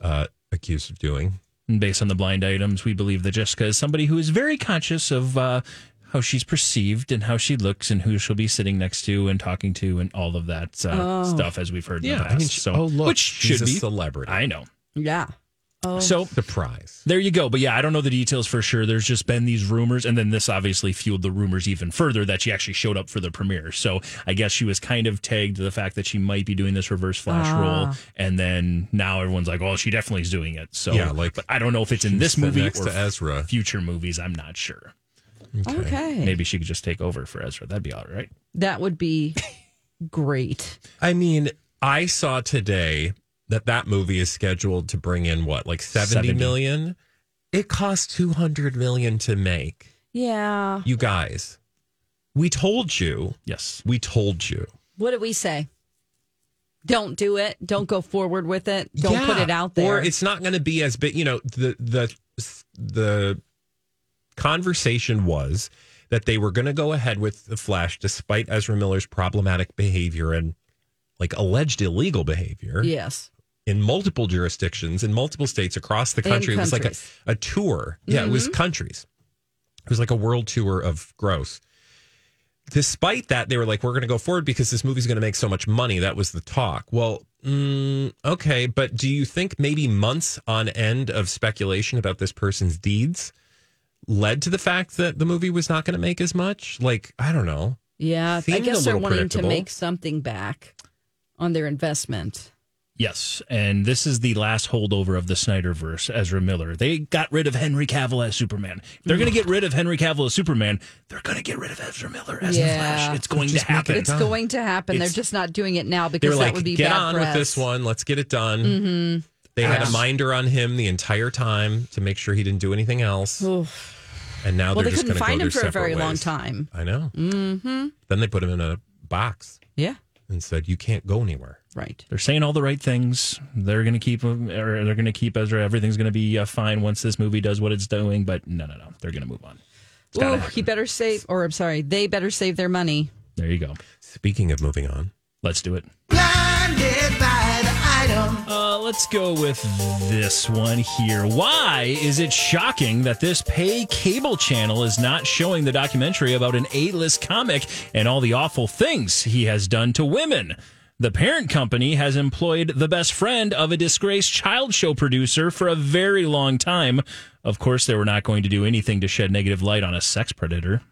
Speaker 4: uh, accused of doing.
Speaker 7: And based on the blind items, we believe that Jessica is somebody who is very conscious of uh, how she's perceived and how she looks and who she'll be sitting next to and talking to and all of that uh, stuff, as we've heard in the past.
Speaker 4: she-
Speaker 7: so,
Speaker 4: oh look,
Speaker 7: which
Speaker 4: she's
Speaker 7: should
Speaker 4: a
Speaker 7: be.
Speaker 4: celebrity.
Speaker 7: I know.
Speaker 3: yeah. Oh.
Speaker 7: So
Speaker 4: Surprise.
Speaker 7: there you go. But yeah, I don't know the details for sure. There's just been these rumors, and then this obviously fueled the rumors even further that she actually showed up for the premiere. So I guess she was kind of tagged to the fact that she might be doing this reverse flash role, and then now everyone's like, "Oh, she definitely is doing it." So
Speaker 4: Yeah, like,
Speaker 7: but I don't know if it's in this
Speaker 4: sit
Speaker 7: movie
Speaker 4: next
Speaker 7: or
Speaker 4: to Ezra.
Speaker 7: future movies. I'm not sure.
Speaker 3: okay.
Speaker 7: Maybe she could just take over for Ezra. That'd be all right.
Speaker 3: That would be great.
Speaker 4: I mean, I saw today that that movie is scheduled to bring in what, like 70
Speaker 7: 70.
Speaker 4: million? It cost 200 million to make.
Speaker 3: Yeah.
Speaker 4: You guys, we told you.
Speaker 7: Yes.
Speaker 4: We told you.
Speaker 3: What did we say? Don't do it. Don't go forward with it. Don't
Speaker 4: Yeah.
Speaker 3: put it out there.
Speaker 4: Or it's not going to be as big. You know, the the the conversation was that they were going to go ahead with the Flash, despite Ezra Miller's problematic behavior and like alleged illegal behavior
Speaker 3: yes.
Speaker 4: in multiple jurisdictions in multiple states across the
Speaker 3: And
Speaker 4: country. It was like a,
Speaker 3: countries. Mm-hmm.
Speaker 4: a tour. Yeah, it was countries. It was like a world tour of gross. Despite that, they were like, "We're going to go forward because this movie's going to make so much money." That was the talk. Well, mm, okay, but do you think maybe months on end of speculation about this person's deeds led to the fact that the movie was not going to make as much? Like, I don't know.
Speaker 3: Yeah. I
Speaker 4: Seemed a
Speaker 3: guess they're
Speaker 4: little
Speaker 3: wanting
Speaker 4: predictable.
Speaker 3: to make something back on their investment.
Speaker 7: Yes, and this is the last holdover of the Snyderverse, Ezra Miller. They got rid of Henry Cavill as Superman. If they're going to get rid of Henry Cavill as Superman, they're going to get rid of Ezra Miller as the
Speaker 3: Yeah.
Speaker 7: Flash. It's going to
Speaker 4: Just make
Speaker 7: happen.
Speaker 4: it
Speaker 3: It's going to happen.
Speaker 7: It's-
Speaker 3: they're just not doing it now
Speaker 4: They were
Speaker 3: because that
Speaker 4: like,
Speaker 3: would be
Speaker 4: "Get
Speaker 3: bad
Speaker 4: on
Speaker 3: press. Mm-hmm.
Speaker 4: with this one. Let's get it done." They had a minder on him the entire time to make sure he didn't do anything else. And now
Speaker 3: Well,
Speaker 4: they're
Speaker 3: they
Speaker 4: just
Speaker 3: couldn't
Speaker 4: going to go
Speaker 3: find
Speaker 4: their
Speaker 3: him for a
Speaker 4: separate
Speaker 3: very long
Speaker 4: ways.
Speaker 3: time.
Speaker 4: I know. Mm-hmm. Then they put him in a box
Speaker 3: Yeah.
Speaker 4: and said, "You can't go anywhere."
Speaker 3: Right.
Speaker 7: They're saying all the right things. They're going to keep him, or they're going to keep Ezra. Everything's going to be uh, fine once this movie does what it's doing. But no, no, no. They're going to move on.
Speaker 3: Ooh, he better save, or I'm sorry, they better save their money.
Speaker 7: There you go.
Speaker 4: Speaking of moving on,
Speaker 7: Let's do it.
Speaker 1: Blinded by the item.
Speaker 7: Uh, let's go with this one here. Why is it shocking that this pay cable channel is not showing the documentary about an A list comic and all the awful things he has done to women? The parent company has employed the best friend of a disgraced child show producer for a very long time. Of course, they were not going to do anything to shed negative light on a sex predator.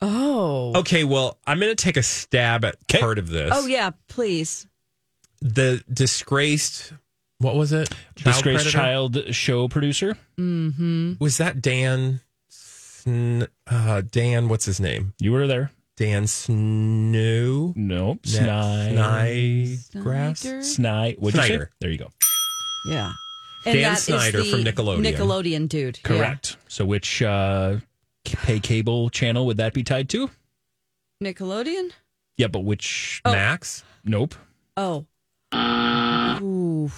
Speaker 3: Oh.
Speaker 4: okay. Well, I'm going to take a stab at part of this.
Speaker 3: Oh, yeah, please.
Speaker 4: the disgraced. What was it? Child
Speaker 7: disgraced
Speaker 4: predator?
Speaker 7: child Mm-hmm. show producer?
Speaker 4: Was that Dan? Sn- uh, Dan, what's his name?
Speaker 7: You were there.
Speaker 4: Dan Snow.
Speaker 7: Nope.
Speaker 4: Sny-
Speaker 3: Snyder?
Speaker 7: Sny. What'd you say?
Speaker 4: Snyder.
Speaker 7: There you go.
Speaker 3: Yeah.
Speaker 4: Dan
Speaker 3: that is
Speaker 4: Snyder
Speaker 3: the
Speaker 4: from Nickelodeon.
Speaker 3: Nickelodeon dude. Yeah.
Speaker 7: Correct. So which uh, c- pay cable channel would that be tied to?
Speaker 3: Nickelodeon?
Speaker 7: Yeah, but which?
Speaker 4: Max.
Speaker 7: Nope.
Speaker 3: Oh.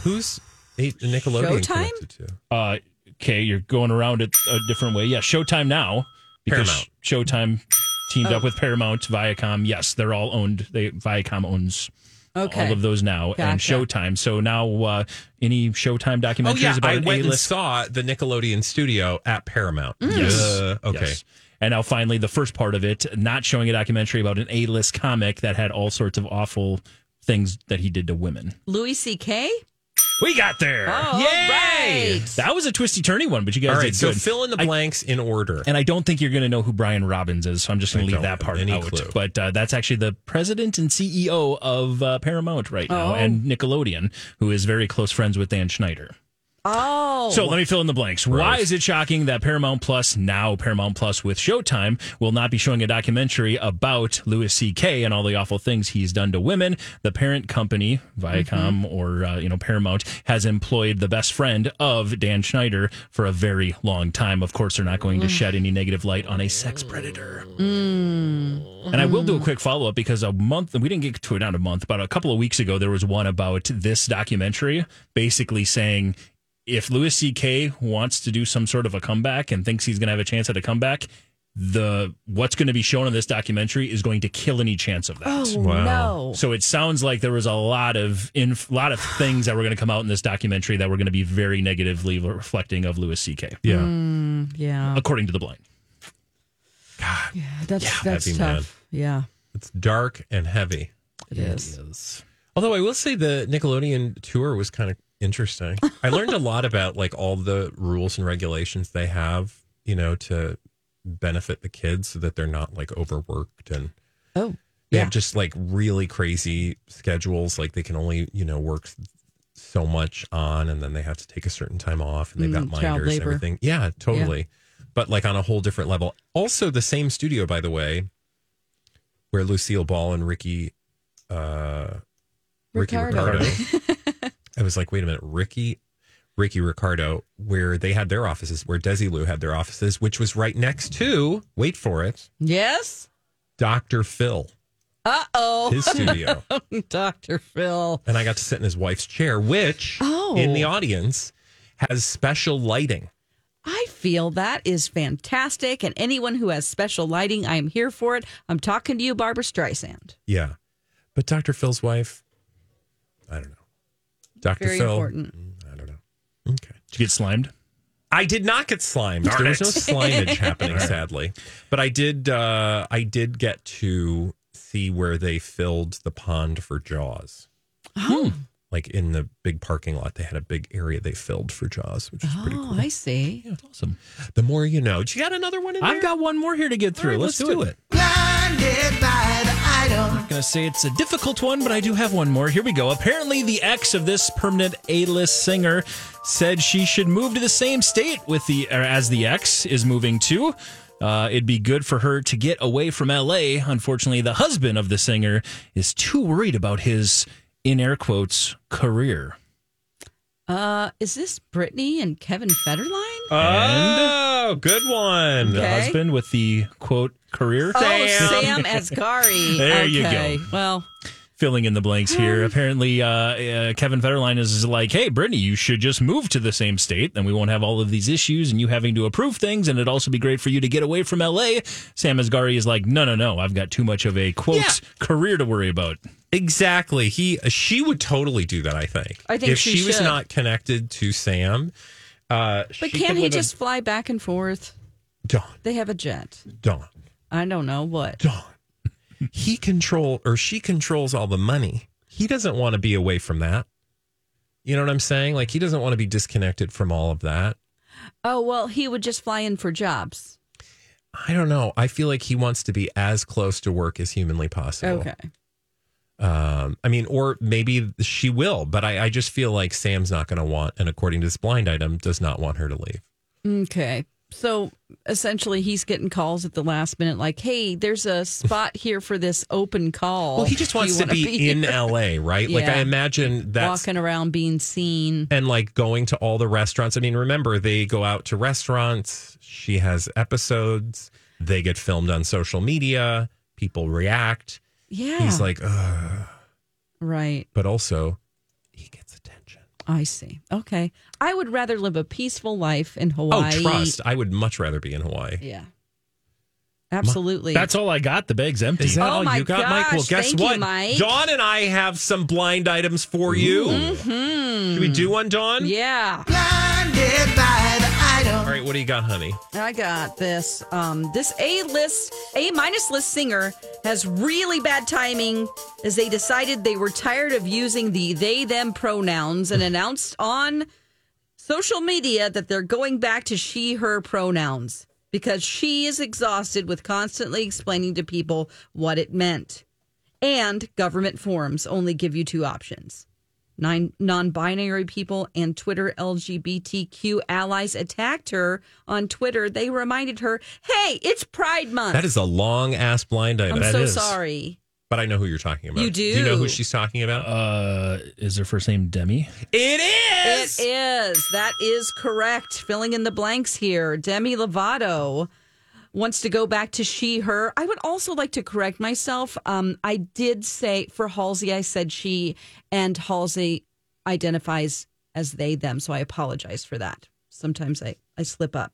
Speaker 4: Who's he- Nickelodeon
Speaker 3: Showtime?
Speaker 4: connected to?
Speaker 7: Uh, okay, you're going around it a different way. Yeah, Showtime now because Showtime teamed
Speaker 3: Oh.
Speaker 7: up with Paramount, Viacom. Yes, they're all owned. They Viacom owns
Speaker 3: Okay.
Speaker 7: all of those now and
Speaker 3: Gotcha.
Speaker 7: Showtime. So now uh, any Showtime documentaries
Speaker 4: Oh yeah,
Speaker 7: about
Speaker 4: I
Speaker 7: an
Speaker 4: went and
Speaker 7: A-list- Mm.
Speaker 4: saw the Nickelodeon studio at Paramount.
Speaker 7: Yes.
Speaker 4: Uh, okay.
Speaker 7: Yes. And now finally the first part of it, not showing a documentary about an A-list comic that had all sorts of awful things that he did to women.
Speaker 3: Louis C.K.
Speaker 7: We got there.
Speaker 3: Oh,
Speaker 7: Yay!
Speaker 3: right.
Speaker 7: That was a twisty turny one, but you guys
Speaker 4: All right.
Speaker 7: did
Speaker 4: So
Speaker 7: good.
Speaker 4: fill in the
Speaker 7: I-
Speaker 4: blanks in order.
Speaker 7: and I don't think you're going to know who Brian Robbins is, so I'm just going
Speaker 4: I
Speaker 7: to leave
Speaker 4: don't
Speaker 7: that part
Speaker 4: have any
Speaker 7: out.
Speaker 4: clue.
Speaker 7: But uh, that's actually the president and CEO of uh, Paramount right now
Speaker 3: Oh.
Speaker 7: and Nickelodeon, who is very close friends with Dan Schneider.
Speaker 3: Oh,
Speaker 7: So let me fill in the blanks. Why is it shocking that Paramount Plus, now Paramount Plus with Showtime, will not be showing a documentary about Louis C.K. and all the awful things he's done to women? The parent company, Viacom or uh, you know Paramount, has employed the best friend of Dan Schneider for a very long time. Of course, they're not going to shed any negative light on a sex predator.
Speaker 3: Mm.
Speaker 7: And I will do a quick follow up because a month, we didn't get to it, not a month, but a couple of weeks ago, there was one about this documentary basically saying if Louis C.K. wants to do some sort of a comeback and thinks he's going to have a chance at a comeback, the what's going to be shown in this documentary is going to kill any chance of that.
Speaker 3: oh
Speaker 4: Wow.
Speaker 3: no,
Speaker 7: So it sounds like there was a lot of in lot of things that were going to come out in this documentary that were going to be very negatively reflecting of Louis C.K.
Speaker 4: yeah.
Speaker 3: yeah,
Speaker 7: according to the blind.
Speaker 3: that's that's
Speaker 4: that'd be
Speaker 3: tough.
Speaker 4: mad.
Speaker 3: Yeah,
Speaker 4: It's dark and heavy.
Speaker 3: it is.
Speaker 4: Although I will say the Nickelodeon tour was kind of interesting. I learned a lot about like all the rules and regulations they have, you know, to benefit the kids so that they're not like overworked and
Speaker 3: Oh,
Speaker 4: they
Speaker 3: yeah.
Speaker 4: have just like really crazy schedules. Like they can only, you know, work so much on and then they have to take a certain time off and they've
Speaker 3: Mm,
Speaker 4: got
Speaker 3: child
Speaker 4: minders and
Speaker 3: labor.
Speaker 4: everything. Yeah, totally. But like on a whole different level. Also, the same studio, by the way, where Lucille Ball and Ricky, uh, Ricky
Speaker 3: Ricardo.
Speaker 4: Ricardo. I was like, wait a minute, Ricky, Ricky Ricardo, where they had their offices, where Desilu had their offices, which was right next to, wait for it,
Speaker 3: Yes.
Speaker 4: Dr. Phil,
Speaker 3: Uh oh,
Speaker 4: his studio.
Speaker 3: Doctor Phil.
Speaker 4: and I got to sit in his wife's chair, which
Speaker 3: Oh.
Speaker 4: in the audience has special lighting.
Speaker 3: I feel that is fantastic, and anyone who has special lighting, I am here for it. I'm talking to you, Barbara Streisand.
Speaker 4: Yeah. But Dr. Phil's wife, I don't know. Dr.
Speaker 3: Very
Speaker 4: Phil,
Speaker 3: important.
Speaker 4: I don't know. Okay.
Speaker 7: Did you get slimed?
Speaker 4: I did not get slimed.
Speaker 7: Darn
Speaker 4: there was
Speaker 7: it.
Speaker 4: no slimage happening, sadly. But I did. Uh, I did get to see where they filled the pond for Jaws.
Speaker 3: Oh.
Speaker 7: Hmm.
Speaker 4: Like in the big parking lot, they had a big area they filled for Jaws, which is pretty
Speaker 3: Oh,
Speaker 4: cool.
Speaker 3: I see.
Speaker 7: That's awesome.
Speaker 3: Oh.
Speaker 4: The more you know. Do you got another one in there?
Speaker 7: I've got one more here to get through.
Speaker 4: right,
Speaker 7: let's,
Speaker 4: let's
Speaker 7: do,
Speaker 4: do
Speaker 7: it.
Speaker 4: it.
Speaker 1: Blinded by the item.
Speaker 7: I'm gonna say it's a difficult one, but I do have one more. Here we go. Apparently, the ex of this permanent A-list singer said she should move to the same state with the or as the ex is moving to. Uh, it'd be good for her to get away from LA. Unfortunately, the husband of the singer is too worried about his in air quotes career.
Speaker 3: Uh, is this Brittany and Kevin Federline?
Speaker 4: Oh, good one.
Speaker 7: The
Speaker 3: Okay.
Speaker 7: husband with the quote career.
Speaker 3: Oh, Sam Asghari.
Speaker 7: There you
Speaker 3: Okay.
Speaker 7: go.
Speaker 3: Well,
Speaker 7: filling in the blanks here.
Speaker 4: Hmm.
Speaker 7: Apparently, uh, uh, Kevin Federline is like, "Hey, Brittany, you should just move to the same state, then we won't have all of these issues and you having to approve things, and it'd also be great for you to get away from L.A." Sam Asghari is like, "No, no, no, I've got too much of a quote career to worry about."
Speaker 4: Exactly. He uh, she would totally do that. I think.
Speaker 3: I think
Speaker 4: if
Speaker 3: she
Speaker 4: she, was
Speaker 3: should.
Speaker 4: not connected to Sam, uh,
Speaker 3: but
Speaker 4: she
Speaker 3: can't
Speaker 4: could
Speaker 3: he
Speaker 4: live in-
Speaker 3: just fly back and forth?
Speaker 4: Dawn?
Speaker 3: They have a jet.
Speaker 4: Dawn.
Speaker 3: I don't know what.
Speaker 4: Don. He control or she controls all the money. He doesn't want to be away from that. You know what I'm saying? Like he doesn't want to be disconnected from all of that.
Speaker 3: Oh well, he would just fly in for jobs.
Speaker 4: I don't know. I feel like he wants to be as close to work as humanly possible.
Speaker 3: Okay.
Speaker 4: Um, I mean, or maybe she will, but I, I just feel like Sam's not going to want, and according to this blind item, does not want her to leave.
Speaker 3: Okay. So essentially, he's getting calls at the last minute, like, "Hey, there's a spot here for this open call."
Speaker 4: Well, he just
Speaker 3: Do
Speaker 4: wants
Speaker 3: you
Speaker 4: to
Speaker 3: wanna
Speaker 4: be, in
Speaker 3: here?"
Speaker 4: LA, right? Like
Speaker 3: Yeah.
Speaker 4: I imagine that's
Speaker 3: walking around, being seen.
Speaker 4: and like going to all the restaurants. I mean, remember they go out to restaurants. She has episodes. They get filmed on social media. People react.
Speaker 3: Yeah.
Speaker 4: He's like, Ugh.
Speaker 3: right.
Speaker 4: but also he gets attention.
Speaker 3: I see. Okay. I would rather live a peaceful life in
Speaker 4: Oh,
Speaker 3: Hawaii.
Speaker 4: trust. I would much rather be in Hawaii.
Speaker 3: Yeah. Absolutely.
Speaker 7: That's all I got. The bag's empty.
Speaker 4: Is that
Speaker 3: Oh
Speaker 4: all
Speaker 3: my
Speaker 4: you got, Mike? Well,
Speaker 3: gosh,
Speaker 4: guess
Speaker 3: thank you,
Speaker 4: what?
Speaker 3: Mike.
Speaker 4: Dawn and I have some blind items for you. Should we do one, Dawn?
Speaker 3: Mm-hmm. yeah.
Speaker 1: Blinded by the item.
Speaker 4: All right, what do you got, honey?
Speaker 3: I got this. Um, this A list, A minus list singer has really bad timing as they decided they were tired of using the they them pronouns and announced on social media that they're going back to she her pronouns because she is exhausted with constantly explaining to people what it meant. And government forums only give you two options. Nine non-binary people and Twitter LGBTQ allies attacked her on Twitter. They reminded her, "Hey, it's Pride Month."
Speaker 4: That is a long ass blind item.
Speaker 3: I'm
Speaker 4: That
Speaker 3: so
Speaker 4: is.
Speaker 3: sorry.
Speaker 4: But I know who you're talking about.
Speaker 3: You
Speaker 4: Do you know who
Speaker 3: do.
Speaker 4: she's talking about?
Speaker 7: Uh, is her first name Demi?
Speaker 4: it is.
Speaker 3: It is. That is correct. Filling in the blanks here. Demi Lovato wants to go back to she her. I would also like to correct myself. Um, I did say for Halsey, I said she, and Halsey identifies as they them. So I apologize for that. Sometimes I I slip up.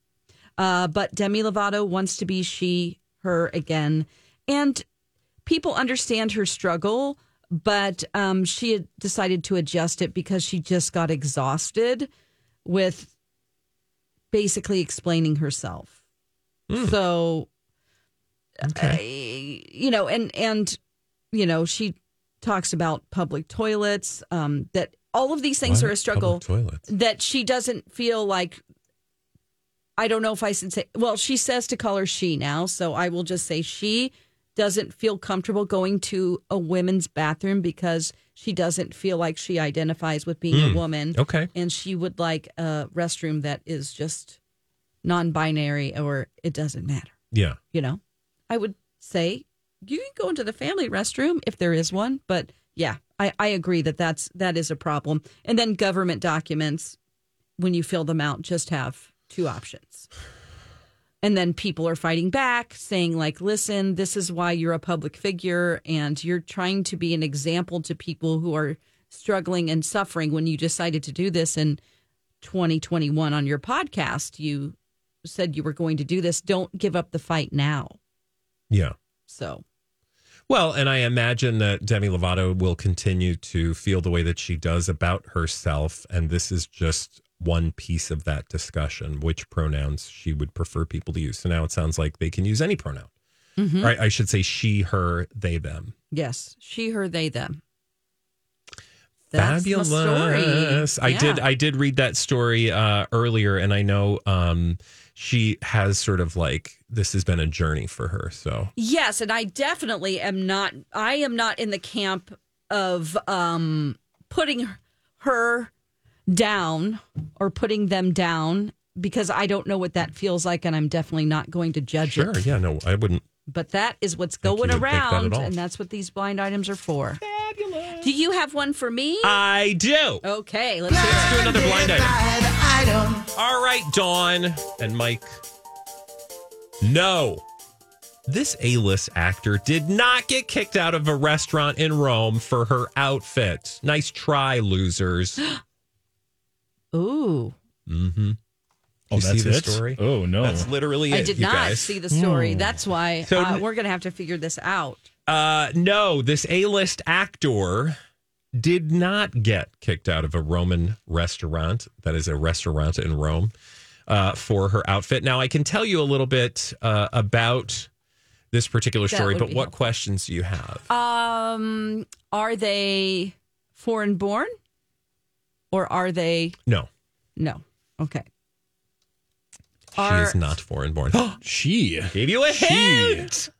Speaker 3: Uh, but Demi Lovato wants to be she her again, and people understand her struggle, but um, she had decided to adjust it because she just got exhausted with basically explaining herself. So, I- you know, and and you know, she talks about public toilets. Um, that all of these things are a struggle
Speaker 4: Toilets.
Speaker 3: that she doesn't feel like I don't know if I should say well, she says to call her she now, so I will just say she doesn't feel comfortable going to a women's bathroom because she doesn't feel like she identifies with being a woman.
Speaker 4: Okay.
Speaker 3: And she would like a restroom that is just non binary or it doesn't matter,
Speaker 4: Yeah.
Speaker 3: you know? I would say you can go into the family restroom if there is one, but yeah, I, I agree that that's that is a problem. And then government documents, when you fill them out, just have two options. And then people are fighting back, saying like, "Listen, this is why you're a public figure, and you're trying to be an example to people who are struggling and suffering. When you decided to do this in 2021 on your podcast, you said you were going to do this. Don't give up the fight now."
Speaker 4: Yeah.
Speaker 3: So
Speaker 4: Well, and I imagine that Demi Lovato will continue to feel the way that she does about herself. And this is just one piece of that discussion, which pronouns she would prefer people to use. So now it sounds like they can use any pronoun. Right? I should say she, her, they, them.
Speaker 3: yes, she, her, they, them. my
Speaker 4: Fabulous. I
Speaker 3: Yeah.
Speaker 4: did I did read that story uh, earlier and I know um, she has sort of like this has been a journey for her. So
Speaker 3: Yes, and I definitely am not. I am not in the camp of um, putting her down or putting them down because I don't know what that feels like, and I'm definitely not going to judge
Speaker 4: sure,
Speaker 3: it.
Speaker 4: yeah, no, I wouldn't
Speaker 3: But that is what's
Speaker 4: think you
Speaker 3: going
Speaker 4: would think that at
Speaker 3: around,
Speaker 4: all.
Speaker 3: and that's what these blind items are for. Fabulous. Do you have one for me?
Speaker 4: I do.
Speaker 3: okay, let's hear
Speaker 4: Let's do another blind item.
Speaker 1: By the item.
Speaker 4: All right, Dawn and Mike. No. This A list actor did not get kicked out of a restaurant in Rome for her outfit. Nice try, losers.
Speaker 3: it. Ooh,
Speaker 4: mm-hmm.
Speaker 7: Oh,
Speaker 4: you
Speaker 7: that's
Speaker 4: see the
Speaker 7: it?
Speaker 4: story?
Speaker 7: Oh no,
Speaker 4: That's literally it.
Speaker 3: I did
Speaker 4: you
Speaker 3: not
Speaker 4: guys.
Speaker 3: see the story. That's why
Speaker 4: So-
Speaker 3: uh, we're going to have to figure this out.
Speaker 4: Uh, no, this A list actor did not get kicked out of a Roman restaurant. That is a restaurant in Rome uh, for her outfit. Now, I can tell you a little bit uh, about this particular
Speaker 3: That
Speaker 4: story,
Speaker 3: would
Speaker 4: but
Speaker 3: be
Speaker 4: what
Speaker 3: helpful. Uh,
Speaker 4: questions do you have?
Speaker 3: Um, are they foreign born or are they
Speaker 4: no,
Speaker 3: no? Okay.
Speaker 4: she is not foreign born.
Speaker 7: she.
Speaker 4: Gave you a
Speaker 7: She.
Speaker 4: hint.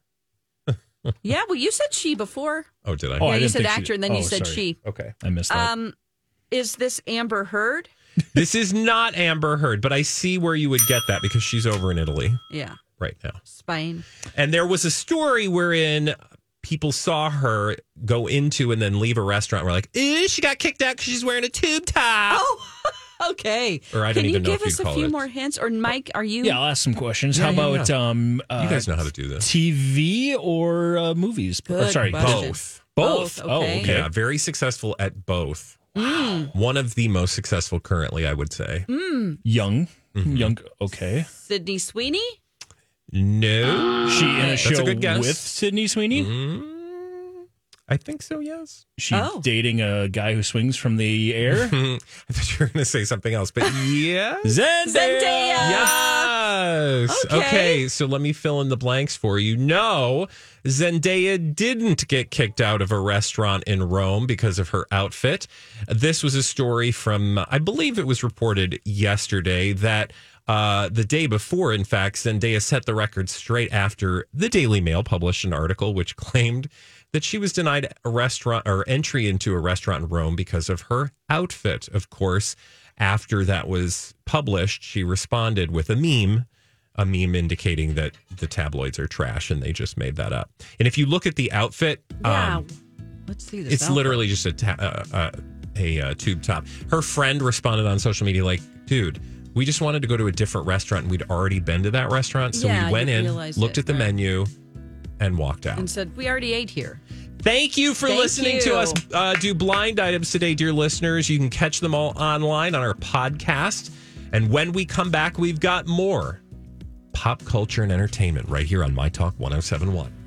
Speaker 3: Yeah, well, you said she before.
Speaker 4: Oh, did I?
Speaker 7: Oh,
Speaker 3: yeah,
Speaker 7: I
Speaker 3: you
Speaker 7: didn't
Speaker 3: said
Speaker 7: think she-
Speaker 3: actor, and then you
Speaker 7: oh,
Speaker 3: said
Speaker 7: sorry.
Speaker 3: she.
Speaker 4: okay.
Speaker 7: I missed that.
Speaker 3: Um, is this Amber Heard?
Speaker 4: this is not Amber Heard, but I see where you would get that because she's over in Italy
Speaker 3: Yeah,
Speaker 4: right now.
Speaker 3: Spain.
Speaker 4: And there was a story wherein people saw her go into and then leave a restaurant. We're like, ew, she got kicked out because she's wearing a tube top.
Speaker 3: Oh, okay.
Speaker 4: Or I
Speaker 3: Can
Speaker 4: don't
Speaker 3: you
Speaker 4: even know
Speaker 3: give
Speaker 4: if you'd
Speaker 3: us a
Speaker 4: call
Speaker 3: few
Speaker 4: it-
Speaker 3: more hints? Or Mike, are you?
Speaker 7: yeah, I'll ask some questions.
Speaker 4: Yeah,
Speaker 7: how
Speaker 4: yeah,
Speaker 7: about um, uh,
Speaker 3: Oh.
Speaker 4: you guys know how to do this.
Speaker 7: TV or uh, movies? Or,
Speaker 3: Good
Speaker 7: sorry,
Speaker 3: question.
Speaker 7: both. Both.
Speaker 3: Both,
Speaker 7: Oh,
Speaker 3: okay. Mm.
Speaker 7: okay.
Speaker 4: Yeah, very successful at both. One of the most successful currently, I would say.
Speaker 7: Young,
Speaker 4: Mm-hmm.
Speaker 7: young. Okay,
Speaker 3: Sydney Sweeney?
Speaker 4: No,
Speaker 7: she in a show
Speaker 4: a good guess. Mm-hmm.
Speaker 7: with Sydney Sweeney.
Speaker 4: Mm, I think so. Yes,
Speaker 7: She
Speaker 3: Oh.
Speaker 7: dating a guy who swings from the
Speaker 4: Mm-hmm.
Speaker 7: air.
Speaker 4: I thought you were going to say something else, but yeah.
Speaker 7: Zendaya.
Speaker 3: Zendaya.
Speaker 4: Yes.
Speaker 3: Okay.
Speaker 4: Okay. So let me fill in the blanks for you. No, Zendaya didn't get kicked out of a restaurant in Rome because of her outfit. This was a story from, I believe it was reported yesterday that. Uh, the day before, in fact, Zendaya set the record straight after the Daily Mail published an article which claimed that she was denied a restaurant or entry into a restaurant in Rome because of her outfit. Of course, after that was published, she responded with a meme, a meme indicating that the tabloids are trash and they just made that up. And if you look at the outfit,
Speaker 3: Wow.
Speaker 4: um,
Speaker 3: Let's see this.
Speaker 4: it's
Speaker 3: outfit.
Speaker 4: literally just a ta- uh, uh, a uh, tube top. Her friend responded on social media like, "Dude." We just wanted to go to a different restaurant and we'd already been to that restaurant. So
Speaker 3: Yeah,
Speaker 4: we went
Speaker 3: you
Speaker 4: in,
Speaker 3: realized
Speaker 4: looked
Speaker 3: it,
Speaker 4: at the
Speaker 3: right.
Speaker 4: menu, and walked out.
Speaker 3: And said, we already ate here.
Speaker 4: Thank you for
Speaker 3: Thank
Speaker 4: listening
Speaker 3: you.
Speaker 4: to us uh, do blind items today, dear listeners. You can catch them all online on our podcast. And when we come back, we've got more pop culture and entertainment right here on My Talk 1071.